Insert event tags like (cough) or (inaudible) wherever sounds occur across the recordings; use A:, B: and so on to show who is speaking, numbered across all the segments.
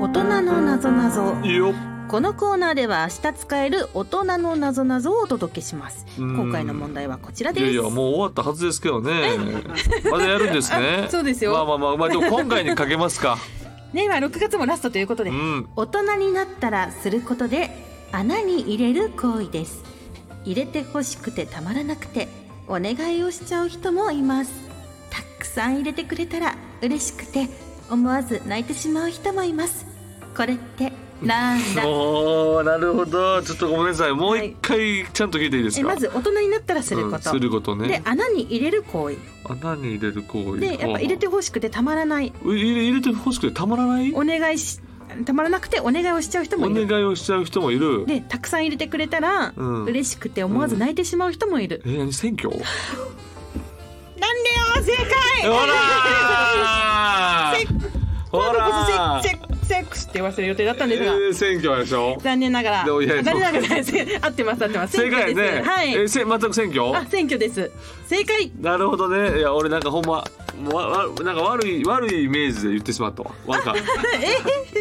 A: 大人のなぞなぞ
B: いいよ
A: このコーナーでは明日使える大人のなぞなぞをお届けします
B: うん
A: 今回の問題はこちら
B: い
A: です
B: やいやもう終わったはずですけどねまだやるんです
A: (laughs)
B: ね
A: そうですよ
B: まあまあまあまあでも今回にかけま
A: (laughs)
B: すか
A: ねまあ6月もラストということ
B: う
A: で
B: ん
A: 大人になったらすることで穴に入れる行為です入れて欲しくてたまらなくてお願いをしちゃう人もいますたくさん入れてくれたら嬉しくて思わず泣いてしまう人もいますこれってなん
B: (laughs)
A: だ
B: おーなるほどちょっとごめんなさいもう一回ちゃんと聞いていいです
A: え
B: か、
A: まず大人になったらする
B: う
A: こ
B: ん
A: と、
B: すること
A: で
B: ね
A: 穴に入れる行為
B: 穴に入れる行為
A: でやっぱ入れて欲しくてたまらないう
B: 入れ入れて欲しくてたまらない
A: お願いしたまらなくてお願いをしちゃう人も
B: お
A: いる
B: 願いをしちゃう人もいる
A: でたくさん入れてくれたら
B: うん
A: 嬉しくて思わず泣いてしまう人もいる、
B: え何選挙ほ
A: なんでよ正解 (laughs)
B: らーほ
A: 今度
B: ら
A: こ
B: ー
A: そセックスセックスって言わせる予定だったんですが、
B: えー選挙でしょ
A: 残念ながら
B: でも
A: 残
B: いや
A: 念ながら (laughs) せ合ってます合ってます
B: 正解
A: 選
B: ね
A: 挙ですはい、
B: えーせ全く選挙
A: あ選挙です正解
B: なるほどねいや俺なんかほんまもうわわなんか悪い悪いイメージで言ってしまったわなんか (laughs)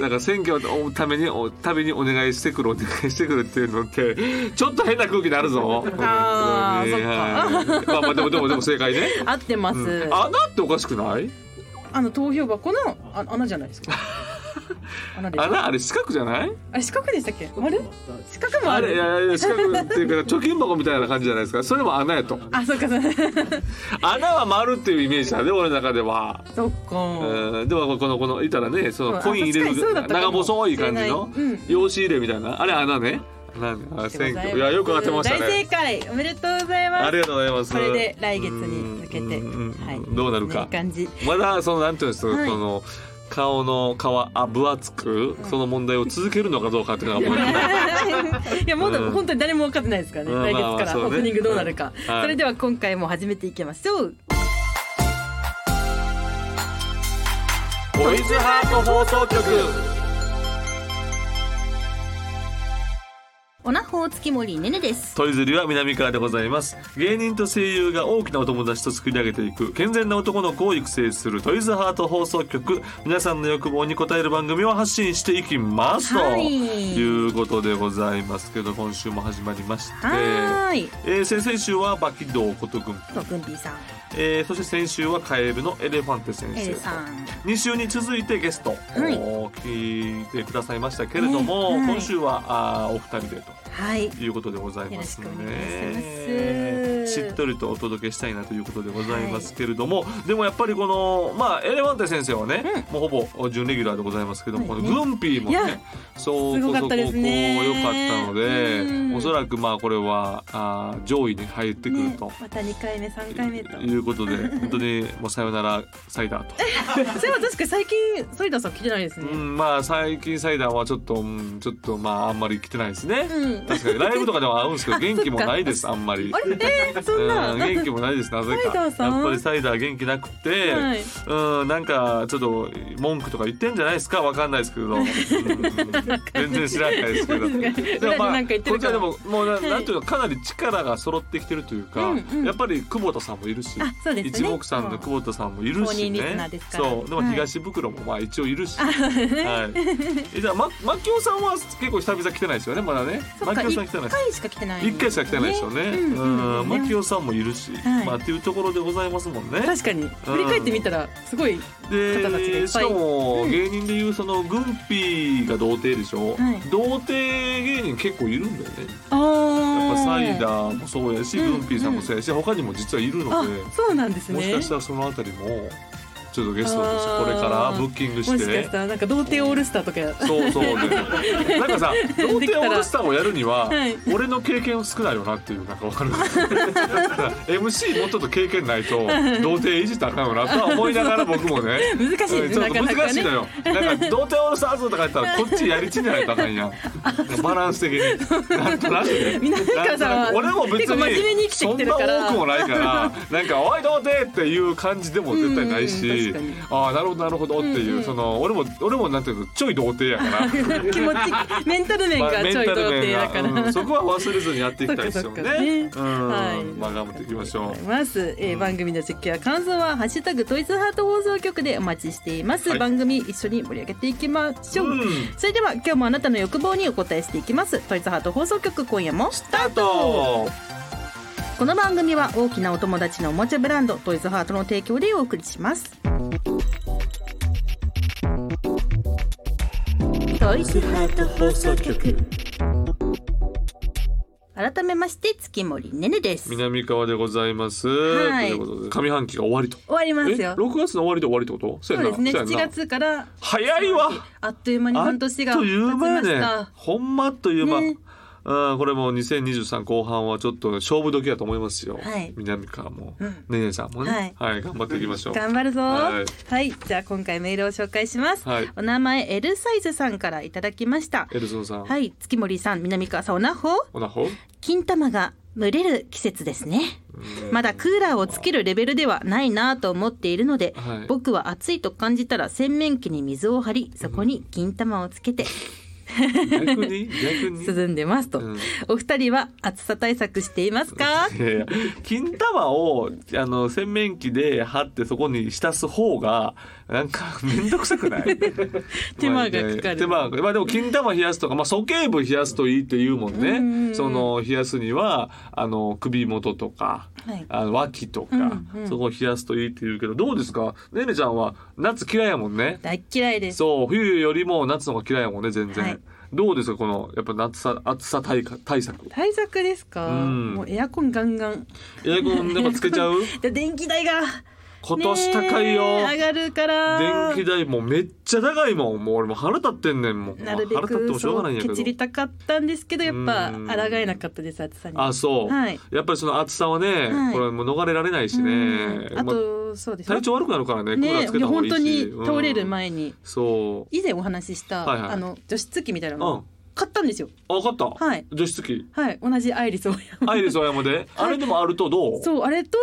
B: なんか選挙のためにおためにお願いしてくるお願いしてくるっていうのってちょっと変な空気になるぞ
A: あー
B: うんねはいまあまあでもでもでも正解ね、
A: 合ってます、
B: うん
A: あ
B: 穴っておかしくない
A: の投票箱のあ穴じゃないです
B: (laughs)
A: か穴です
B: 穴あれ四角じゃない
A: あれ四角でしたっけ丸四角もあ
B: あれい
A: る
B: やいや四角っていうか貯金箱みたいな感じじゃないですかそれも穴やと
A: あそっかそっか
B: 穴は丸っていうイメージだね俺の中では
A: そっか、
B: うんでもこのこのいたらねその
A: あ
B: コイン入れ
A: 確かにそうだっ
B: る
A: たかも
B: 長細い感じの
A: しれないうん
B: 用紙入れみたいなあれ穴ね穴ねあ選挙いやよく当てました
A: 大正
B: ね
A: 解おめでとうございます
B: ありがとうございます
A: これで来月に向けて
B: うんうんうん
A: はい
B: どうなる
A: いい
B: か
A: 感じ (laughs)
B: まだそのなんていうんですか、
A: はい
B: この顔の皮あ分厚くその問題を続けるのかどうかっていうのがもう
A: いやもうで
B: う
A: も
B: ん
A: 本当に誰も分かってないですからね、
B: うん
A: 来
B: ま
A: 月
B: あま
A: か
B: あ
A: ら
B: そうね
A: オープニングどうなるか、
B: はい
A: それでは今回も始めていきましょう
B: トイズハート放送局
A: オナホー月森ねねです
B: トイズリは南川でございます芸人と声優が大きなお友達と作り上げていく健全な男の子を育成するトイズハート放送局皆さんの欲望に応える番組を発信していきますと
A: はい
B: いうことでございますけど今週も始まりまして
A: はーい
B: えー先々週はバキドーことくん、
A: とグンピーさん
B: えーそして先週はカエルのエレファンテ先
A: エ
B: 生
A: ルさん
B: 2週に続いてゲストを
A: い
B: 聞いてくださいましたけれど
A: ね
B: も、
A: はい
B: 今週はあーお二人でと
A: はいよ
B: いうことでございますので
A: よろしくお願いします
B: しっとりとお届けしたいなということでございますけれども、でもやっぱりこの、まあ、エレファンテ先生はね、もうほぼ準レギュラーでございますけども、
A: はい
B: このグンピーも
A: い
B: ね
A: や
B: そう
A: す
B: こ
A: ごか
B: そこ
A: っ
B: こ
A: た
B: 良
A: ですね
B: かったので
A: うん
B: おそらくまあこれはあー上位に入ってくると。
A: また2回目3回目と
B: いうことで本当にもうさよならサイダーと
A: それは確かに最近ソリダさん来てないですね、
B: うん、まあ最近サイダーはちょっと、うん、ちょっとまああんまり来てないですね、
A: うん
B: 確かにライブとかでは会うんで
A: (laughs)
B: すけど元気もないですあんまり
A: あれえー、そんな、
B: うん元気もないですなぜ
A: サイ
B: か
A: ダーさん
B: やっぱりサイダー元気なくて、
A: はい
B: うんなんかちょっと文句とか言ってんじゃないですかわかんないですけど、うん全然知らないですけど
A: 裏で
B: もま
A: な
B: あ
A: んか言って
B: こ
A: る
B: ちら
A: か
B: で
A: も
B: ももうな,、
A: はい
B: んていうのかなり力が揃ってきてるというか、
A: うんうん
B: やっぱり久保田さんもいるし、
A: あそうです
B: 一
A: ね
B: 目散の久保田さんもいる
A: 公
B: し
A: 認リスナ
B: ね
A: ーですから
B: そうでも
A: はい
B: 東袋もまあ一応いるし、はい、えじゃあま牧雄さんは結構久々来てないですよねまだね
A: そっか
B: 牧雄さん
A: 1
B: 来てないです
A: 回しか来てない
B: 一回しか来てないですよね。
A: うんうん
B: う、
A: うんん
B: マキオさんもいるし、
A: はい
B: まあっていうところでございますもんね。
A: 確かに振り返ってみたらすごい、方たちがいっぱ
B: で、
A: い
B: しかも芸人でいうそのグンピーが童貞でしょ。
A: はい
B: 童貞芸人結構いるんだよね。
A: あー
B: やっぱサイダーもそうやし、
A: うん
B: グンピーさんもそうやし、他にも実はいるの
A: あ
B: で、
A: そうなんですね
B: もしかしたらそのあたりもちょっとゲストとして
A: あー
B: これからブッキング
A: も
B: し
A: しか
B: て
A: し。たらなんか童貞オールスターとかや
B: そうそうねなんかさ童
A: でき
B: 貞
A: た
B: オ
A: ら
B: ールスターをやるには、
A: はい
B: 俺の経験少ないよなっていうなんかわかる (laughs) MC もうちょっと経験ないと童貞いじったらあかんよなとは思いながら僕もね
A: 難しい
B: うん
A: です
B: ちょっ
A: ねな
B: と
A: かな
B: 難
A: か
B: しい
A: ね
B: のよなんか童貞オールスターズとかやったらこっちやりちんじゃないとあかんやんバランス的になんとなくね
A: 南川さんは
B: なんとなく俺も別
A: 結構真面目に生
B: に
A: きて
B: そ
A: き
B: ん
A: て
B: な
A: るから (laughs)
B: 多くもないからなんか「おい童貞!」っていう感じでも絶対ないし、
A: うん
B: し
A: 確かに
B: ああなるほどなるほどっていう、その俺も俺もなんていうのちょい童貞や
A: (laughs)
B: から
A: 気持ちメンタル面
B: まあ
A: が
B: メ
A: ち
B: ンタ
A: ょい童
B: ル面
A: 貞だか
B: がう
A: ら
B: んそこは忘れずにやっていきたいですよね
A: そっかそっ
B: う
A: か
B: ん、
A: はい
B: まあ頑張っていきましょ
A: ありがとう
B: う
A: ございます、えー番組の実況や感想は「ハッシュタグトイズハート放送局」でお待ちしています、
B: はい
A: 番組一緒に盛り上げていきましょう、
B: うん
A: それでは今日もあなたの欲望にお答えしていきますトイズハート放送局今夜も
B: スタート
A: この番組は大きなお友達のおもちゃブランドトイズハートの提供でお送りします
C: トイズハート放送局
A: 改めまして月森ねねです終
B: 南川でございます、
A: はい
B: ということで上半期が終わりと
A: わります
B: え
A: よ
B: 6月の終わりで終わりってことそ
A: そうですね
B: やんな
A: 7
B: そやんな
A: 月から
B: 早いわ
A: あっという間に
B: あっ
A: 半年が
B: と
A: 経
B: い
A: ち
B: う間
A: ま
B: や
A: し
B: ね
A: た
B: ほんまあっという間、
A: ね
B: うん、これもう2023後半はちょっと勝負時だと思いますよ、
A: はい
B: 南川も、
A: うん
B: ねねさんもねはい、頑張っていきましょう
A: 頑張るぞ
B: は
A: はいい、じゃあ今回メールを紹介します、
B: はい
A: お名前 L サイズさんからいただきました
B: エルソンさん、
A: はい月森さん南川さんおなほ
B: おなほ
A: 金玉が蒸れる季節ですねまだクーラーをつけるレベルではないなと思っているので、
B: はい
A: 僕は暑いと感じたら洗面器に水を張りそこに金玉をつけて
B: 逆に逆
A: (laughs)
B: に
A: 涼んでますと、
B: ん
A: お二人は暑さ対策していますか
B: いやいや金玉をあの洗面器で貼ってそこに浸す方がなんか面倒くさくない
A: (laughs) 手間がかかる
B: 手間がまあでも金玉冷やすとか、まあ、鼠径部冷やすといいって言うもんね、その冷やすにはあの首元とか、
A: はい
B: あの脇とか、
A: うんうん
B: そこを冷やすといいって言うけどどうですかねねちゃんは夏嫌いやもんね
A: 大っ嫌いです
B: そう冬よりも夏の方が嫌いやもんね全然、
A: はい
B: どうですかこのやっぱ夏さ暑さ対か対策
A: 対策ですか、
B: うん
A: もうエアコンガンガン
B: エアコンでもつけちゃう
A: で電気代が
B: 今年高いよ、
A: ねえ上がるから
B: 電気代もめっちゃ高いもんもう俺も腹立ってんねんもん
A: なるべ
B: 腹立って
A: く
B: もしょう
A: そ
B: がないん
A: う
B: や
A: けち
B: け
A: り
B: ど
A: たかったんですけどやっぱ
B: うん
A: 抗えなかったです暑さに
B: あそう、
A: はい
B: やっぱりその暑さはね、
A: はい
B: これもう逃れられないしね
A: うんあ
B: ま
A: とそうです
B: 体調悪くなるからねクーラー
A: ね
B: つ
A: え
B: け
A: いや
B: た方がい
A: 本
B: いし
A: 当に
B: うん
A: 倒れる前に
B: そ
A: 以前お話しした、
B: はいはい
A: あの除湿機みたいな
B: うう
A: の
B: ん
A: 買ったんですよ
B: あ分かった、
A: はい
B: 除湿機
A: はい同じアイリスを
B: アイリスオー
A: (laughs)
B: ヤマであれでもあるとどう
A: そうあれと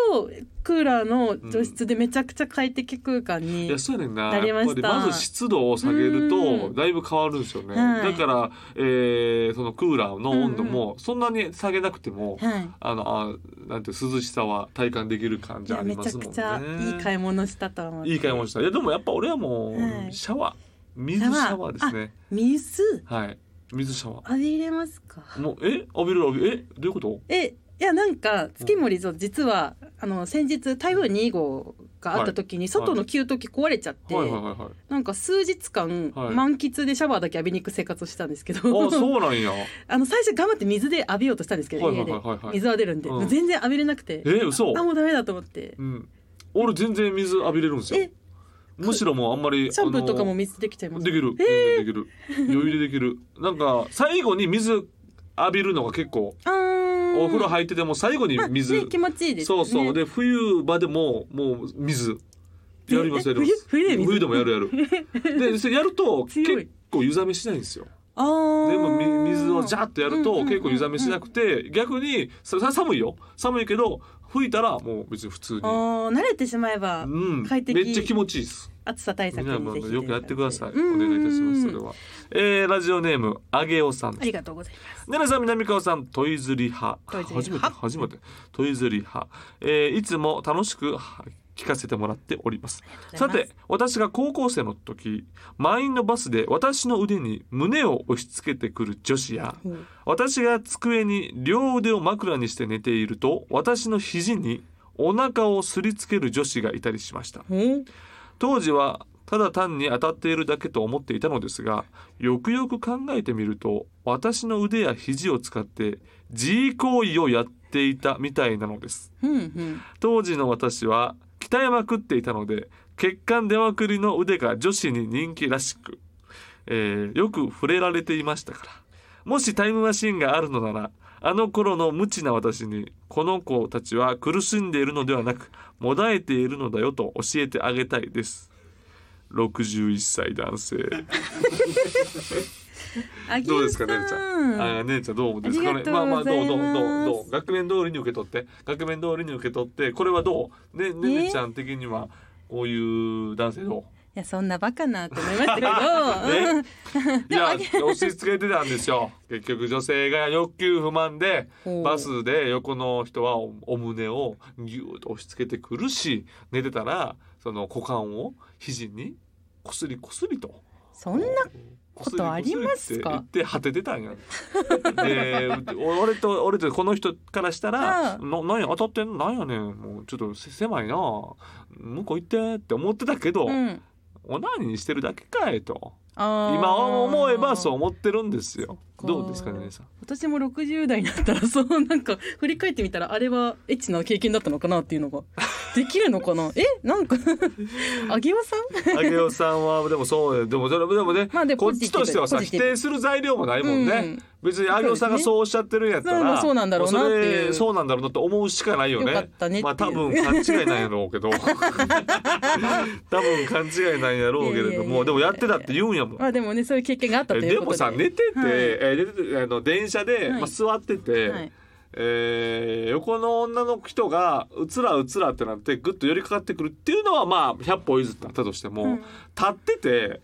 A: クーラーの除湿でめちゃくちゃ快適空間
B: い
A: に、
B: やそうやねんな
A: なり
B: や
A: ま
B: っ
A: し
B: ぱ
A: た
B: りまず湿度を下げると
A: うん
B: だいぶ変わるんですよね、
A: はい
B: だから、えーそのクーラーの温度もそんなに下げなくても、
A: はい
B: あのあなんて涼しさは体感できる感
A: い
B: じ
A: や
B: あり
A: め
B: ま
A: ちゃ
B: すもん
A: く
B: ね。
A: ちゃいい買い物したと思う
B: いい買い物した。いやでもやっぱ俺はもう、
A: はい
B: シャワー水シャワーですね。
A: 水
B: はい水シャワ
A: 浴びれますか
B: ー。もうえ浴びる浴びるえどういうこと？
A: えいやなんか月森さん実はあの先日台風2号があった時に外の給湯器壊れちゃって、
B: はいはいはいはい。
A: なんか数日間
B: はい
A: 満喫でシャワーだけ浴びに行く生活をしたんですけど、
B: あそうなんや。
A: (laughs) あの最初頑張って水で浴びようとしたんですけど、
B: はいはい
A: 家で
B: はいはいはい
A: 水は出るんで、
B: うん
A: 全然浴びれなくて
B: え嘘
A: あ。もうダメだと思って
B: うん。俺全然水浴びれるんですよ
A: え。
B: むしろもうあんまり
A: シャンプーとかも
B: あ
A: 水できちゃいま
B: の
A: す
B: できる全然できる余裕でできる。なんか最後に水浴びるのが結構
A: あー
B: お風呂入ってても最後に
A: まあ
B: 水。
A: ね、気持ちいいですね
B: そうそうで冬場でももう水やります
A: え
B: やります
A: 冬冬で水
B: でもやるやる
A: (laughs)
B: でそれやると
A: 強い
B: 結構湯冷めしないんですよ
A: あ
B: 全
A: ー
B: 部み水をジャーってやる
A: うんうんう
B: と
A: んうん
B: 結構湯冷めしなくて逆にささ寒いよ寒いけど吹いたらもう別に普通に
A: あー慣れてしまえば
B: うんめ
A: 快適
B: っちゃ気持ちいいです
A: 暑さ対
B: み
A: 策
B: んな
A: に
B: も
A: ぜひ
B: よくやってくださいお
A: うん
B: 願いいたしますそれはえーラジオネームあげおさん
A: ありがとうございます
B: 奈良さん南川さんトイズリ派
A: トイズリ
B: 初めて
A: 派
B: 初めてトイズリ派、えーいつも楽しくは聞かせてもらっております
A: りがとう
B: さ
A: ございます
B: て私が高校生の時満員のバスで私の腕に胸を押し付けてくる女子や
A: ほう
B: 私が机に両腕を枕にして寝ていると私の肘にお腹をすりつける女子がいたりしました
A: ほう
B: 当時はただ単に当たっているだけと思っていたのですがよくよく考えてみると私の腕や肘を使って自慰行為をやっていたみたいなのです
A: うんうん
B: 当時の私は鍛えまくっていたので血管出まくりの腕が女子に人気らしく、えーよく触れられていましたからもしタイムマシンがあるのならあの頃の無知な私にこの子たちは苦しんでいるのではなくもだえているのだよと教えてあげたいです61歳男性
A: あげ
B: どうですか
A: さ
B: 姉ちゃんあ姉ちゃんどうですか
A: あ
B: ね
A: りがとう
B: まあまあどうどう
A: ございます
B: どうどう額面通りに受け取って額面通りに受け取ってこれはどうねねねちゃん的にはこういう男性
A: (laughs)
B: の。
A: やそんなバカなと思いましたけ
B: (laughs)
A: ど、 (laughs) うん
B: いや押し付けてたんですよ結局女性が欲求不満で
A: ほう
B: バスで横の人はおお胸をギューッと押し付けてくるし寝てたらその股間を肘にこすりこすりと。
A: そんなことありますか
B: こすりこすりって言って果ててたんや。でお俺
A: (laughs)
B: と俺とこの人からしたら「
A: う
B: な何や当たってんのなんやねんもうちょっとせ狭いな向こう行って」って思ってたけど、
A: うん、
B: オナニーしてるだけかいと。
A: あー
B: 今思えばそう思ってるんですよ。
A: そっか
B: どうですかねさん。
A: 私も60代になったらそうなんか振り返ってみたらあれはエッチな経験だったのかなっていう
B: (laughs)
A: のができるのかなえなんかあげおさん
B: あげおさんはでもそうでもそれでもね、
A: まあでも
B: こ
A: ポ
B: っ
A: ジ
B: ち
A: ティ
B: と
A: ブ
B: してはさ
A: ポジ
B: 否
A: ティブ
B: 定する材料もないもんね。
A: うん
B: 別にあげおさんがそうおっしゃってるんやった
A: そうで
B: ら、
A: すねそうなんだろうなっていう
B: もそれそうなんだろうなって思うしかないよね。
A: よかったねっていう
B: まあ多分勘違いなんやろう
A: (laughs)
B: けど、多分勘違いなんやろうけれど
A: いやいやいやいや
B: もでもやってたって言うんやもん。
A: まあでもねそういう経験があったと
B: え
A: い
B: で
A: うこ
B: も
A: とで
B: さ寝てて、
A: はい
B: えー寝ててあの電車で、
A: はい
B: まあ、座ってて。
A: はい
B: えー横の女の人がうつらうつらってなってぐっと寄りかかってくるっていうのはまあ100歩譲ってあったとしても、
A: うん
B: 立ってて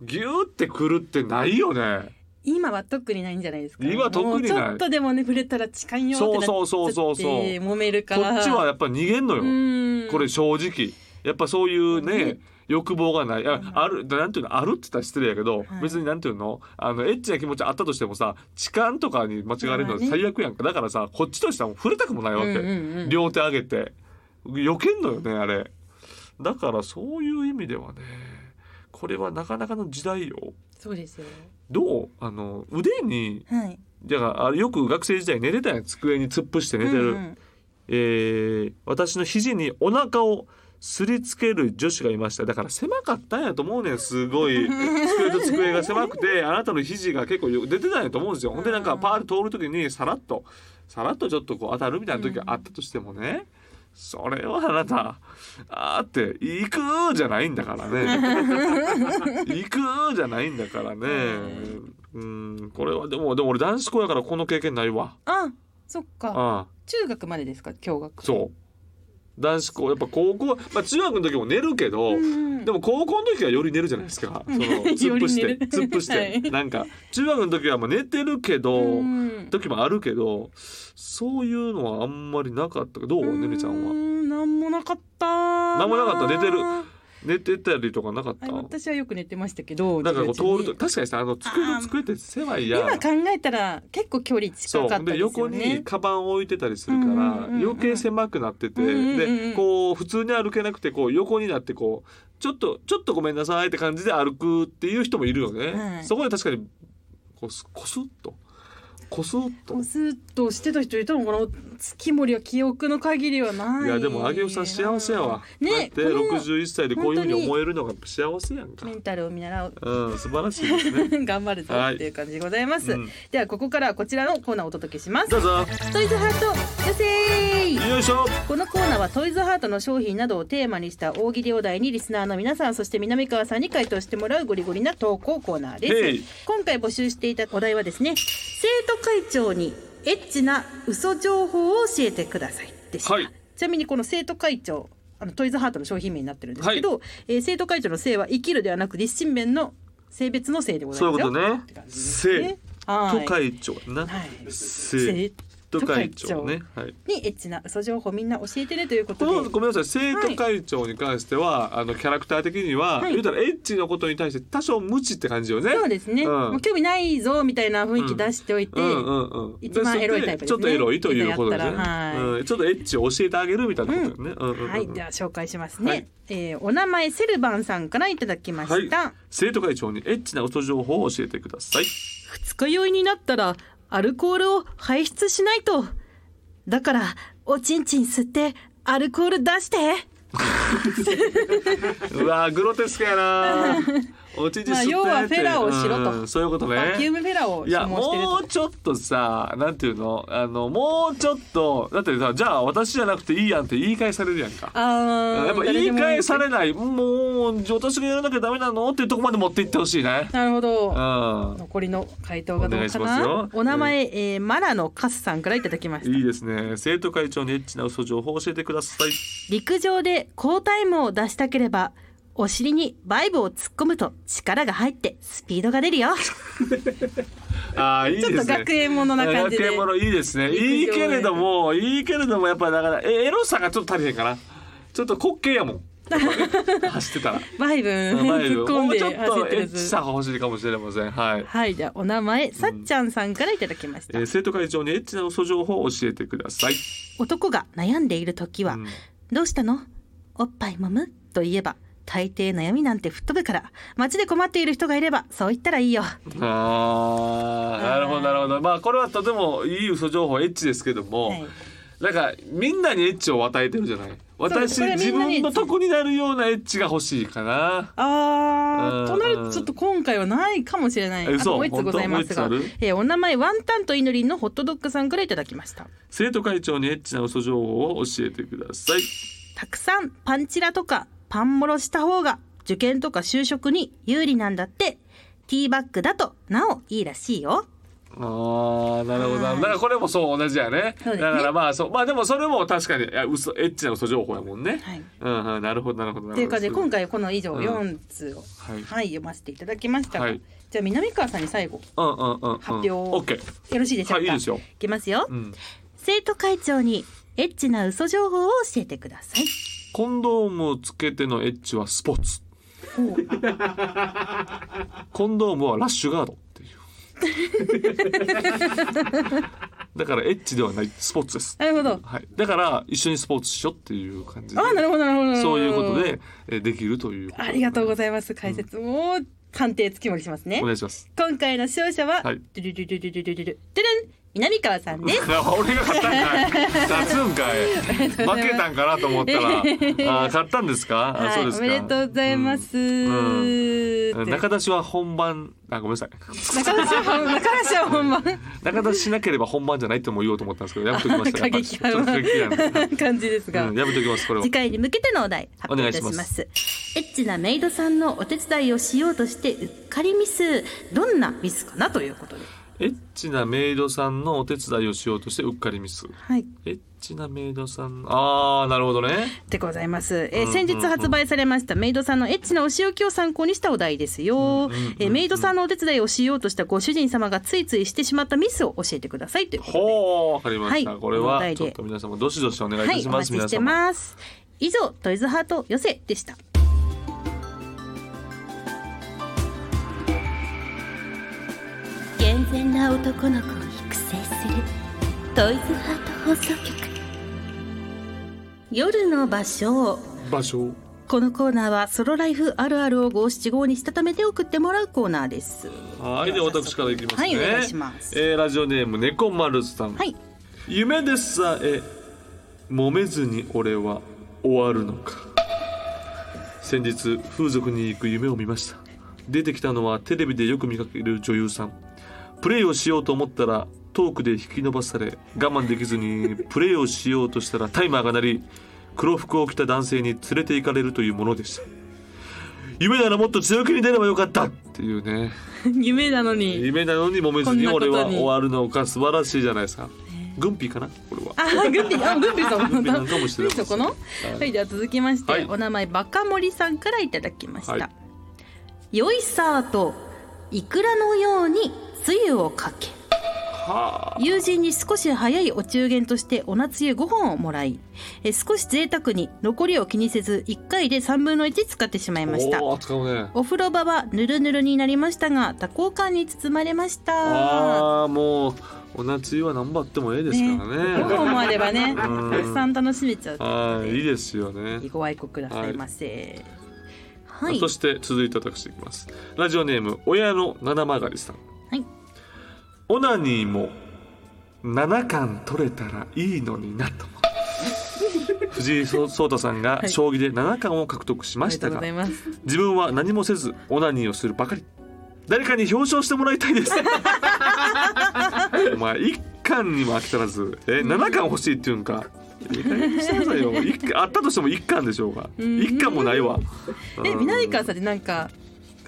B: ギューってくるってないよね。
A: 今は特にないんじゃないですか
B: 今特にない
A: もうちょっとでもね触れたら近いよってなっちゃって
B: そうそうそうそうそう
A: 揉めるか
B: こ
A: ら
B: っちはやっぱ逃げんのよ、
A: うん
B: これ正直やっぱそういうね、
A: ね
B: 欲望がないああるなんていうのあるって言ったら失礼やけど、
A: はい
B: 別になんていうのあのエッチな気持ちあったとしてもさ痴漢とかに間違われるの
A: ま
B: は
A: あね
B: 最悪やんかだからさこっちとしてはもう触れたくもないわけ、
A: うんうんうん
B: 両手上げて避けんのよねあれだからそういう意味ではねこれはなかなかの時代よ
A: そうですよ
B: どうあの腕に
A: はい
B: だからあれよく学生時代寝てたやん机に突っ伏して寝てる、
A: うんうん
B: えー私の肘にお腹をすりつける女子がいましただから狭かったんやと思うねんすごい机と机が狭くてあなたの肘が結構よ出てたんやと思うんですよほんでなんかパーッと通る時にさらっとさらっとちょっとこう当たるみたいな時があったとしてもね、それはあなたあーって「行くー」じゃないんだから (laughs) ね「行くー」じゃないんだからねうんこれはでもでも俺男子校やからこの経験ないわ
A: あそっか
B: ああ
A: 中学までですか共学
B: そう男子校やっぱ高校まあ中学の時も寝るけど、
A: うん
B: でも高校の時はより寝るじゃないですか、その突っ伏して
A: より寝る
B: 突っ伏して、
A: はい
B: なんか中学の時はもう寝てるけど、
A: うん
B: 時もあるけどそういうのはあんまりなかったけどどうねるちゃん
A: う
B: は
A: んなんもなかった
B: な
A: なん
B: もなかった寝てる寝てたりとかなかったなんか
A: 私はよく寝てましたけど
B: こう
A: 授業
B: 通
A: 中
B: ると確かにさあの机
A: あ
B: の
A: ー
B: 机って狭いやん
A: 今考えたら結構距離近か
B: そ
A: っ
B: う
A: た
B: で
A: です
B: 横
A: よ
B: に
A: ね
B: カバンを置いてたりするから、
A: うんうんうんうん
B: 余計狭くなってて、
A: うんうんうん
B: でこう普通に歩けなくてこう横になってこうちょっとちょっとごめんなさいって感じで歩くっていう人もいるよね、
A: はい
B: そこで確かにこうすこすっとこすっと
A: こうスーッとしてた人いたのかな月森は記憶の限りはない
B: いやでもあげおさん幸せやわ、だっ
A: ね
B: て
A: この
B: 61歳でこういうふうに
A: 本当に
B: 思えるのが幸せやんか
A: メンタルを見習う
B: うん素晴らしいですね
A: (laughs) 頑張るぞっていう感じでございます、
B: うん
A: ではここからはこちらのコーナーをお届けします
B: どうぞ
A: トイズハートよせー
B: よいしょ
A: このコーナーはトイズハートの商品などをテーマにした大喜利お題にリスナーの皆さんそして南川さんに回答してもらうゴリゴリな投稿コーナー
B: へ
A: で
B: い
A: す今回募集していたお題はですね
C: 生徒会長にエッチな嘘情報を教えてくださいでした、
B: はい
A: ちなみにこの生徒会長あのトイズハートの商品名になってるんですけど、えー生徒会長の性は生きるではなく立身弁の性別の性でござ
B: そ
A: いうますよ
B: いうことね
A: って感じです
B: 生
A: ねはい
B: 徒会長な、
A: はい
B: 生徒会長ねはい
A: にエッチな嘘情報みんな教えてねというこ
B: こと
A: で
B: のごめんなさい生徒会長に関しては、あのキャラクター的には、
A: はい
B: 言うたらエッチのことに対して多少無知って感じよね。
A: そうですね、
B: うん
A: もう興味ないぞみたいな雰囲気出しておいて、
B: うんうんうん、
A: 一番エロいタイプですね
B: ちょっとエロいということです
A: や
B: ね、
A: ったらはい
B: うん、ちょっとエッチを教えてあげるみたいなことよね、うんうんうんうん
A: はい、では紹介しますね。
B: はい
A: えーお名前セルバンさんからいただきました。
B: はい生徒会長にエッチな嘘情報を教えてくだ
A: (laughs)
B: さい
C: 二日酔いになったらアルコールを排出しないとだからおちんちん吸ってアルコール出して
A: (laughs)
B: うわーグロテスクやなーお乳吸って
A: まあ要はフェラーをしろと
B: うんそういうことね
A: バキュームフェラーを
B: いや
A: 所望してる
B: もうちょっとさなんていうのあのもうちょっとだってさじゃあ私じゃなくていいやんって言い返されるやんか
A: あー
B: やっぱ
A: 誰
B: 言
A: で
B: い
A: も
B: 返されないもう私がやらなきゃダメなのっていうとこまで持っていってほしいね
A: なるほ
B: う
A: ど
B: ん
A: 残りの回答がどうか
B: お願いします
A: な
B: よ
A: お名前、えーマラのカスさんからいただきました
B: いいですね生徒会長にエッチな嘘情報を教えてください
C: 陸上で好タイムを出したければお尻にバイブを突っ込むと力が入ってスピードが出るよ
B: あーいいで
A: ち
B: す
A: ょっ
B: ね
A: と学園ものな感じで
B: 学園ものいいですねいいけれどもいいけれどもやっぱだからえエロさがちょっと足りへんかなちょっと滑稽やもんやっぱね走ってたら
A: バイブン
B: 前よ
A: 突っ
B: りも
A: 込ん
B: もう
A: で
B: ちょっ
A: 走っ
B: と
A: て
B: エ
A: るや
B: ッチ
A: つ
B: さが欲しいかもしれませんはい、
A: はいじゃあお名前さっちゃんさんからいただきまし
B: え
A: た、
B: ー生徒会長にエッチな嘘情報を教えてください、
C: 男が悩んでいる時は、
B: うん
C: どうしたのおっぱい揉むと言えば大抵悩みなんて吹っ飛ぶから街で困っている人がいればそう言ったらいいよ
B: あーなるほどなるほどまあこれはとてもいい嘘情報エッチですけども、
A: はい
B: なんかみんなにエッチを与えてるじゃない私
A: これみ
B: 自
A: んなにエッチ
B: 分の得になるようなエッチが欲しいかな
A: あー
B: うん
A: となるとちょっと今回はないかもしれない
B: え
A: あ
B: 嘘
A: ともう一つございますが
B: 本当もう一つある、
A: えーお名前ワンタンとイヌリンのホットドッグさんからいただきました
B: 生徒会長にエッチな嘘情報を教えてください
C: たくさんパンチラとかパンもろした方が受験とか就職に有利なんだってティーバッグだとなおいいらしいよ
B: ああなるほどな
A: はい
B: だからこれもそう同じやね
A: そうですね
B: だからまあそうまあでもそれも確かにいや嘘エッチな嘘情報やもんね、
A: はい
B: うんうんなるほどなるほどなるほど
A: という感じで今
B: 回
A: 回この以上
B: うん
A: 4通を、
B: はい
A: はい、読ませていただきましたが、
B: はい
A: じゃあ南川さんに最後
B: うんうんうんうん
A: 発表を
B: オッケー
A: よろしいでしょうか、
B: はいいいですよ
A: いきますよ、
B: うん
C: 生徒会長にエッチな嘘情報を教えてください
B: コンドームをつけてのエッチはスポーツ
A: ほう
B: コンドームはラッシュガードっていうだからエッチではないスポーツです
A: なるほど
B: はい、だから一緒にスポーツしようっていう感じで
A: あーなるほどなるほど
B: そういうことでえーできるということ
A: ありがとうござ
B: い
A: います解説も鑑定付き盛りしますね
B: お願いします (laughs)
A: 今回の勝者は、
B: はい
A: ドゥルルルルルルルルドゥルン南川さんです
B: 俺が勝ったんかい勝つんか
A: (laughs)
B: い負けたんかなと思ったらあー勝ったんですか、あ
A: は
B: そ
A: い、
B: うで
A: お
B: すか
A: めでとうございます。
B: うん
A: って
B: 中出しは本番あごめんなさい (laughs)
A: 中田翔本中田翔本番
B: 中出ししなければ本番じゃないとも言おうと思ったんですけどやめときました
A: 過激
B: やっぱりちょっと過激なんで
A: 派な感じですが、
B: うん、やめときますこれは
C: 次回に向けてのお題発表いたします
B: お願いし
C: エッチなメイドさんのお手伝いをしようとしてうっかりミスどんなミスかなということで
B: エッチなメイドさんのお手伝いをしようとしてうっかりミス
A: はい
B: エッチなメイドさんああなるほどね
A: でございます、えー
B: うんうん
A: 先日発売されましたメイドさんのエッチなお仕置きを参考にしたお題ですよ、
B: うんうんうん
A: えーメイドさんのお手伝いをしようとしたご主人様がついついしてしまったミスを教えてくださいということで
B: ほうわかりました、
A: はい
B: これ
A: 問
B: は
A: 題で
B: ちょっと皆様どしどしお願いい
A: は
B: た
A: い
B: し
A: お
B: ま
A: 待ち
B: す、
A: し
B: 皆
A: て
B: 様
A: ます以上トイズハート寄せでした
C: 健全な男の子を育成するトイズハート放送局夜の場所
B: 場所
C: このコーナーはソロライフあるあるを五七五にしたためて送ってもらうコーナーです
B: はいでは私からいきますね
A: はいお願いします
B: えーラジオネーム猫丸さん、
C: (laughs)
A: はい
B: 夢でさえ揉めずに俺は終わるのか先日風俗に行く夢を見ました出てきたのはテレビでよく見かける女優さんプレイをしようと思ったらトークで引き伸ばされ我慢できず
A: (laughs)
B: にプレイをしようとしたらタイマーが鳴り黒服を着た男性に連れて行かれるというものでした夢ならもっと強気に出ればよかったっていうね
A: 夢なのに
B: 夢なのに揉めずに
A: こんなこと
B: 俺
A: に
B: は終わるのか素晴らしいじゃないですか軍備かなこれは
A: あーグッピーあグッピーさん
B: グッピーさんかもしれませ
A: グ
B: ん
A: ッピーさんこの
B: い
A: はいじゃあ続きまして、
B: はい
A: お名前バカ森さんからいただきました、
B: はい
C: よいさーとイクラのようにつゆをかけ
B: はあ
C: 友人に少し早いお中元としてお夏湯5本をもらいえ少し贅沢に残りを気にせず1回で3分の1使ってしまいました
B: おー使うね
C: お風呂場はぬるぬるになりましたが多幸感に包まれました
B: ああもうお夏湯は何ばあってもええですから
A: 5
B: ね
A: 本もあればねた
B: うん
A: くさん楽しめちゃうというこ
B: は
A: と
B: いいい
A: で
B: ですよね
A: ご愛顧くださいませ
C: はい
B: そして続いて私いきますラジオネーム親の七曲りさん
C: はい
B: オナニーも7巻取れたらいいのになと藤井聡太さんが将棋で七冠を獲得し
A: あ
B: ま
A: り
B: し
A: がとう
B: たが
A: ございます。
B: 自分は何もせずオナニーをするばかり誰かに表彰してもらいたいですお前一巻にも飽き足らずえ七巻欲しいっていうんかいい加減にしてくださいよ一巻あったとしても一巻でしょうが
A: うん
B: 一巻もないわ
A: え、
B: うん
A: みなりかさんでなんか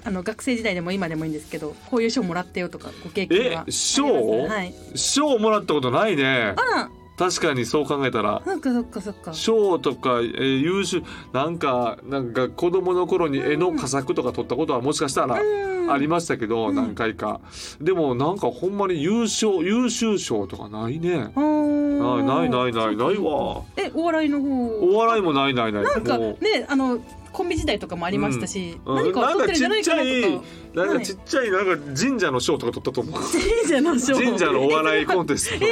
A: あの学生時代でも今でもいいんですけど、こういう賞もらったよとかご経験は
B: え賞
A: はい。
B: 賞もらったことないね
A: あら、
B: 確かにそう考えたら
A: なんかそっかそっか。
B: 賞とか、えー優秀なんかなんか子供の頃に絵の佳作とか取ったことはもしかしたら
A: うん
B: ありましたけど、
A: うん
B: 何回かでもなんかほんまに優勝優秀賞とかないね
A: あー
B: ないないないないないわ
A: え、お笑いの方。
B: お笑いもないないない
A: なんか
B: もう
A: ね、あのコンビ時代とかもありましたし、
B: うん
A: 何かは取ってるんじゃないかな
B: なん
A: と
B: か
A: か。
B: なんかちっちゃいなんか神社の賞とか取ったと思う
A: (laughs) 神社の賞。
B: 神社のお笑いコンテスト、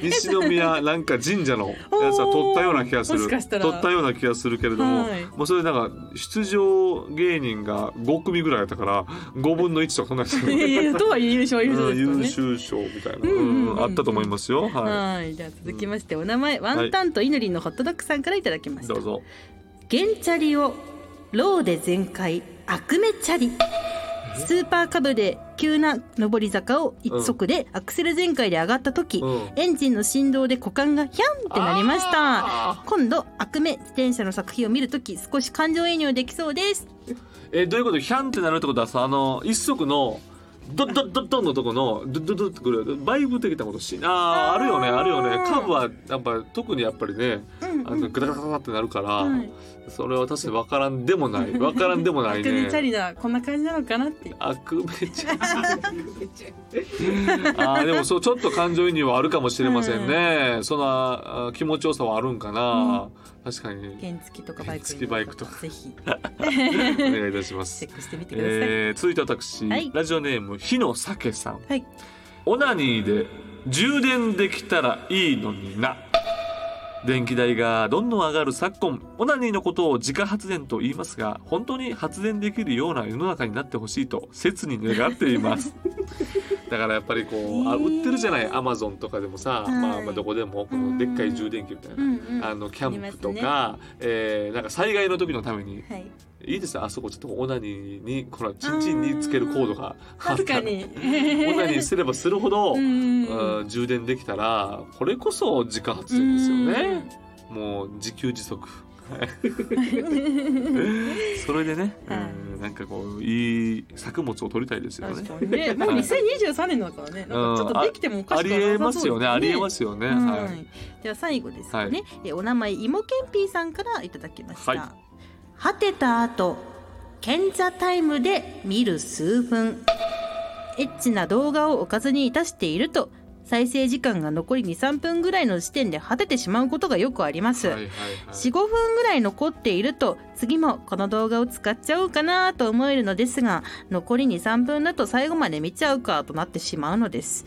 B: 西宮なんか神社のやつは取ったような気がする
A: おーもしかしたら
B: 取ったような気がするけれども、
A: はい
B: まあ、それなんか出場芸人が5組ぐらいやったから5分の1とかそんなやつ、
A: いやいやとはいえ優勝は優勝
B: う
A: で
B: ん
A: すから
B: 優
A: ね。
B: 秀賞みたいな、
A: うんうんうん
B: うんあったと思いますよは
A: はい、じゃあ続きましてお名前、ワンタンとイヌリンのホットドッグさんからいただきま
B: い
A: した。
B: どうぞ
C: ゲンチャリをローで全開悪めチャリスーパーカブで急な上り坂を一足でアクセル全開で上がった時、
B: うん
C: エンジンの振動で股間がヒャンってなりました
B: あ
C: 今度悪め自転車の作品を見るとき少し感情移入できそうです
B: えどういうことヒャンってなるってことはさあの一足のドッドッドッドンのとこのドッドッドッってくるバイブ的なことしあああるよねあるよねカブはやっぱ特にやっぱりね
A: うん
B: あのグダグダグダってなるから、
A: はい
B: それは確かに分からんでもない分からんでもない
A: アク
B: ね
A: ネチャリだこんな感じなのかなって。
B: あくめちゃ
A: (laughs)
B: あーでもそうちょっと感情移入はあるかもしれませんね、そのあー気持ちよさはあるんかな、確かに
A: 原付とかバイク。
B: 原付バイクとか
A: ぜひ
B: お願いいたしま
A: チ (laughs)
B: す
A: ェックしてみてください。
B: えー、続いて私、
C: はい
B: ラジオネーム日野酒さん
A: はい。
B: オナニーで充電できたらいいのにな電気代がどんどん上がる昨今オナニーのことを自家発電と言いますが本当に発電できるような世の中になってほしいと切に願っています
A: (laughs)
B: だからやっぱりこうあ売ってるじゃないアマゾンとかでもさ、
A: はい
B: まあ、まあどこでもこのでっかい充電器みたいな、
A: うんうん。
B: あ
A: は
B: のキャンプとか、えーなんか災害の時のために
A: い。
B: いいですねあそこちょっとオナニーにこのチンチンにつけるコードがあった
A: 確かに。
B: オナニーすればするほど、
A: うん
B: うん充電できたらこれこそ自家発電ですよねもう自給
A: (laughs)
B: 自足それでね、
A: はい
B: うんなんかこういい作物を取りたいですよ
A: 確か
B: ね
A: に
B: (laughs)
A: ね。もう2023年だからね。なんかちょっとできてもおか
B: あ
A: しく
B: り
A: はなさそう
B: えますよねありえますよね、
A: は
B: はい
A: い、では最後ですかね、
B: はい
C: えお名前いもけんぴーさんからいただきました、
B: はい
C: 果てた後賢者タイムで見る数分エッチな動画をおかずにいたしていると再生時間が残り23分ぐらいの時点で果ててしまうことがよくあります、
B: はいはい
C: 45分ぐらい残っていると次もこの動画を使っちゃおうかなと思えるのですが残り23分だと最後まで見ちゃうかとなってしまうのです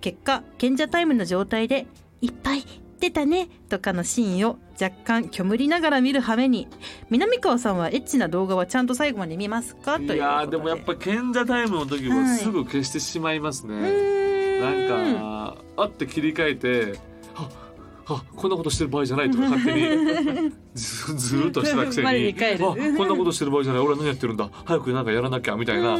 C: 結果賢者タイムの状態で「いっぱい出たね」とかのシーンを若干虚りながら見る羽目に南川さんはエッチな動画はちゃんと最後まで見ますかということ
B: い
C: で
B: やーでもやっぱ賢者タイムの時はすぐ消してしまいますね、
C: うーん
B: なんかあって切り替えてああこんなことしてる場合じゃないとか勝
A: (laughs)
B: 手にずずーっとしてたくせに
A: 我に返る
B: あこんなことしてる場合じゃない俺は何やってるんだ早くなんかやらなきゃみたいな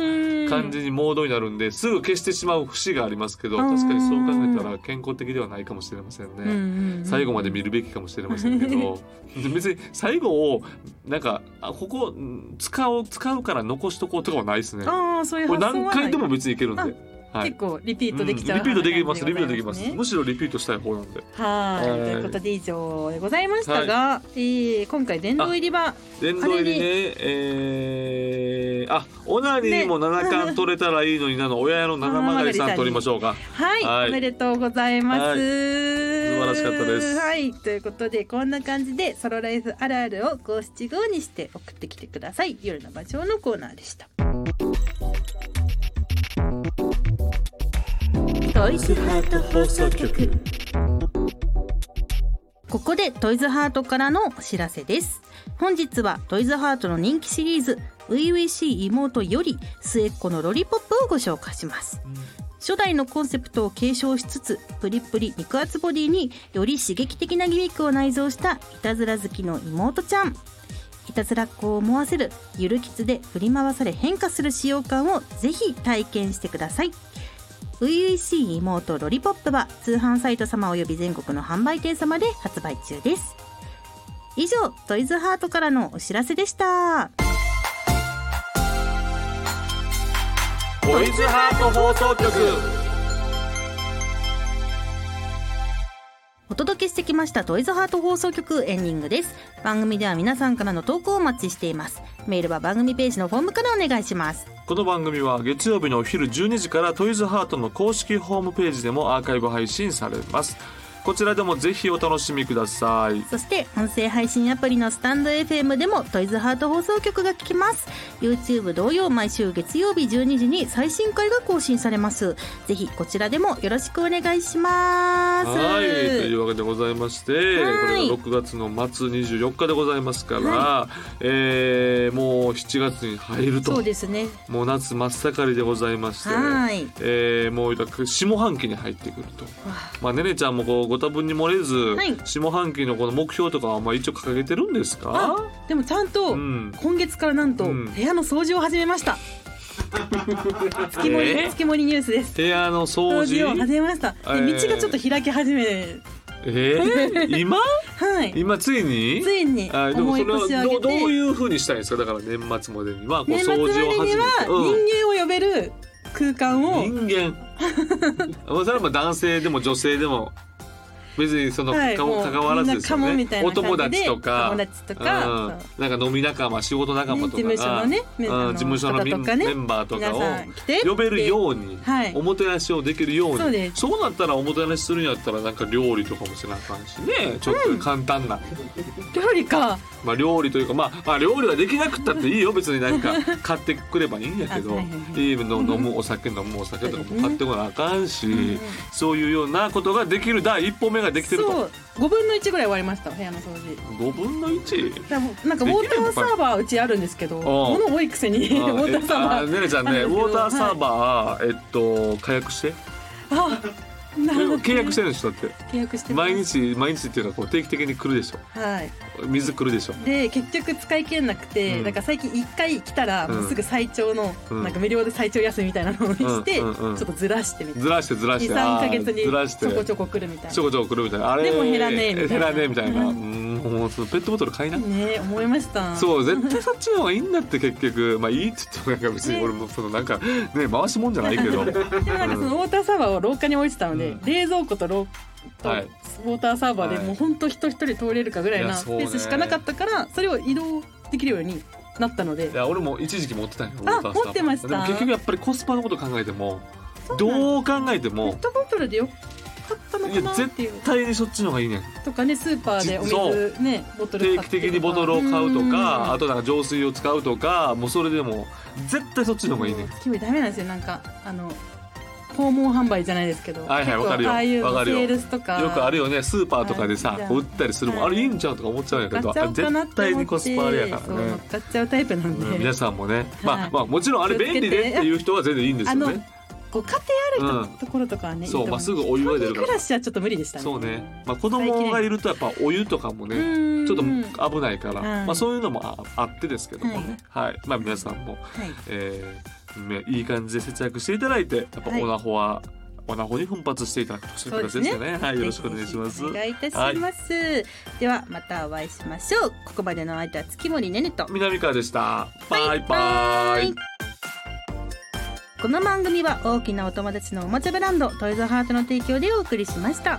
B: 感じにモードになるんですぐ消してしまう節がありますけど
A: うん
B: 確かにそう考えたら健康的ではないかもしれませんね。
A: うんうんうん
B: 最後まで見るべきかもしれませんけど別に最後をなんかあここん使おう使うから残しとこうとかはないですね。こ
A: ああそういう
B: れ
A: 発想はない
B: 何回でも別にいけるんで。は
A: 結構リピートできちゃう、
B: うんリピートできますリピートできます
A: ね
B: むしろリピートしたい方なんで
A: はい、
B: はい
A: ということで以上でございましたが、えー今回殿堂入りは
B: 殿堂入りねえー、あオナニーも七冠取れたらいいのになの親の七曲りさん取りましょうか
A: はい、
B: はい
A: おめでとうございます、
B: はい
A: 素
B: 晴らしかったです
A: はいということでこんな感じでソロライフあるあるを五七五にして送ってきてください夜の場所のコーナーでした
C: トイズハート放送局ここでトイズハートからのお知らせです本日はトイズハートの人気シリーズ初々しい妹より末っ子のロリポップをご紹介します
A: 初代のコンセプトを継承しつつプリップリ肉厚ボディにより刺激的なギミックを内蔵したいたずら好きの妹ちゃんいたずらっ子を思わせるゆるキツで振り回され変化する使用感をぜひ体験してください初々しい妹ロリポップは通販サイト様および全国の販売店様で発売中です以上トイズハートからのお知らせでした
B: トイズハート放送局
A: お届けしてきましたトイズハート放送局エンディングです番組では皆さんからの投稿をお待ちしていますメールは番組ページのフォームからお願いします
B: この番組は月曜日のお昼12時からトイズハートの公式ホームページでもアーカイブ配信されますこちらでもぜひお楽しみください
A: そして音声配信アプリのスタンド FM でもトイズハート放送局が聞きます YouTube 同様毎週月曜日12時に最新回が更新されますぜひこちらでもよろしくお願いします
B: はいというわけでございましてこれが
A: はい
B: 6月の末24日でございますから、えーもう7月に入る
A: そ
B: と
A: うですね
B: もう夏真っ盛りでございまして、
A: はい
B: えーもう言うたら下半期に入ってくると、
A: わ
B: まあ、ねねちゃんもこうご多分に漏れず、
A: い
B: 下半期のこの目標とかはまあ一応掲げてるんですか
C: あでもちゃんと
B: うん
C: 今月からなんと
B: うん
C: 部屋の掃除を始め
B: (laughs)
C: ました、月盛り
B: え
C: 月盛りニュースです
B: 部屋の掃
C: 掃除を
B: 除
C: 始めましたで
B: えー
C: 道がちょっと開き始め
B: えー、今
C: はい
B: 今ついに
C: ついに
B: あでも
C: 思
B: そ
C: い
B: れ
C: 越し
B: は
C: 上げ
B: ど
C: て
B: どういうふうにしたいんですかだから年末までにはこう
C: 年末ま
B: 掃
C: でに
B: 除を始め
C: は
B: て、
C: 人間を呼べる空間を、
B: うん、
C: (laughs)
B: 人間まあそれはまあ男性でも女性でも別にその、
C: はい
B: か
C: もう
B: 関わらずですよ
C: みんなカモ
B: ね
C: みたい
B: お友
C: な感
B: 達
C: じで
B: とか
C: 友達とか
B: うんなんか飲み仲間仕事仲間とかが、
C: ね事務所のねメン
B: うん事務所の
C: 方
B: み
C: とかね
B: メンバーとか
C: 皆さん
B: を
C: 来て
B: 呼べるように、
C: はい
B: おもてなしをできるように
C: そうです
B: なったらおもてなしするんやったらなんか料理とかもしなあかんしねちょっと簡単な、
C: 料理か
B: まあ、料理というか、まあ、まあ料理はできなくったっていいよ別になん
C: (laughs)
B: か買ってくればいいんやけ
C: あ
B: ど
C: はいはいはい
B: いいの飲むお酒飲むお酒とか
C: そうです
B: も
C: ね
B: 買ってこなあかんし、
C: ん
B: そういうようなことができる第一歩目ができてる
C: そ
B: と
C: う5分の1ぐらい終わりました部屋の掃
B: 5
C: 除
B: 分の 1?
C: でもなんかウォーターサーバーうちあるんですけど
B: ああ
C: 物多いくせにウォーターサーバー
B: ねねちゃんね
C: ある
B: ウ
C: んですけど
B: ォーターサーバー、えっと解約して
C: あなるほど
B: 契約してるでしょだって
C: (laughs) 契約してます
B: 毎日毎日っていうのはこう定期的に来るでしょ
C: はい
B: 水来るでしょ
C: で結局使い切れなくて、
B: うん
C: なんか最近1回来たら、
B: うん
C: もうすぐ最長の、
B: うん
C: なんか無料で最長休みみたいなのをして、
B: うんうんうん
C: ちょっとずらしてみたい
B: ずらしてずらして
C: 23
B: あ
C: か
B: ー
C: 月に
B: ずらして
C: ちょこちょこ来るみたい
B: ちょ
C: な
B: こちょこ来るみたいなあれ
C: でも減らねえみた
B: 減
C: いな
B: らねえみたいな、
C: うん
B: うんもうそのペットボトル買いな、
C: ねえ思いました
B: そう絶対そっちの方がいいんだって結局まあいいって言ってもなんか別に俺もそのなんかね回しもんじゃないけ
C: (laughs)
B: ど
C: でもなんかそのウォーターサーバーを廊下に置いてた
B: う
C: ので、
B: ん
C: 冷蔵庫と廊とウ
B: はい
C: ォーターサーバー
B: は
C: で
B: い
C: もうほんと人一人通れるかぐらい
B: いや
C: なス
B: そう
C: ペ
B: ね
C: ースしかなかったからそれを移動できるようになったので
B: いや俺も一時期持ってたんよ
C: あ
B: ウォータースター
C: 持ってました
B: でも結局やっぱりコスパのこと考えても
C: そうなんだ
B: どう考えて
C: ペッ
B: も
C: トボトルでよかったの
B: い
C: か
B: や
C: な
B: 絶
C: っていう
B: 対にそっちの方がいいねん
C: とかねスーパーでお
B: そう
C: 水ねボトル
B: 定
C: 買っ
B: 期
C: て
B: 的にボトルを買うとかあ
C: と
B: となんか浄水を使うとかもうそれでも絶対そっちの方がいいねん
C: 君ダメなんですよなんかあの訪問販売じゃないですけど
B: はいはい
C: 結構
B: わかるよ
C: ああいう
B: わかるよ
C: セールスとか
B: よくあるよねスーパーとかでさ
C: はい
B: こう売ったりするもん
C: は
B: あ
C: い
B: れいいんちゃうとか思っちゃうんやけ
C: 買
B: ど
C: っちゃおうかな
B: 絶
C: って
B: 対に
C: 思って
B: コスパあれやから
C: そう乗
B: ね
C: っかっちゃうタイプなんで、
B: うん皆さんもねま
C: は
B: あ
C: い
B: まあもちろんあれ便利でっていう人は全然いいんです
C: あ
B: よ
C: の
B: ね
C: ご家庭ある人ところとかはね、いいと
B: そう
C: 思
B: まあ
C: う
B: すぐお湯が出るか
C: 暮
B: ら
C: らしはちょっと無理でしたね。
B: そうねまあ子供がいるとやっぱお湯とかもね
C: うん。
B: ちょっと
C: は
B: 危ないから
C: はい
B: まあそういうのもああってですけどもねはいまあ皆さんも
C: い、
B: えーねいい感じで節約していただいてやっぱ
C: はい
B: オナホはオナホに奮発していただくとそういう形ですよねはいよろしくお願いします
A: ぜひぜひお願いいたします、ではまたお会いしましょうここまでのお相手は月森ねねと
B: 南川でしたバイバイ
A: この番組は大きなお友達のおもちゃブランドトイズハートの提供でお送りしました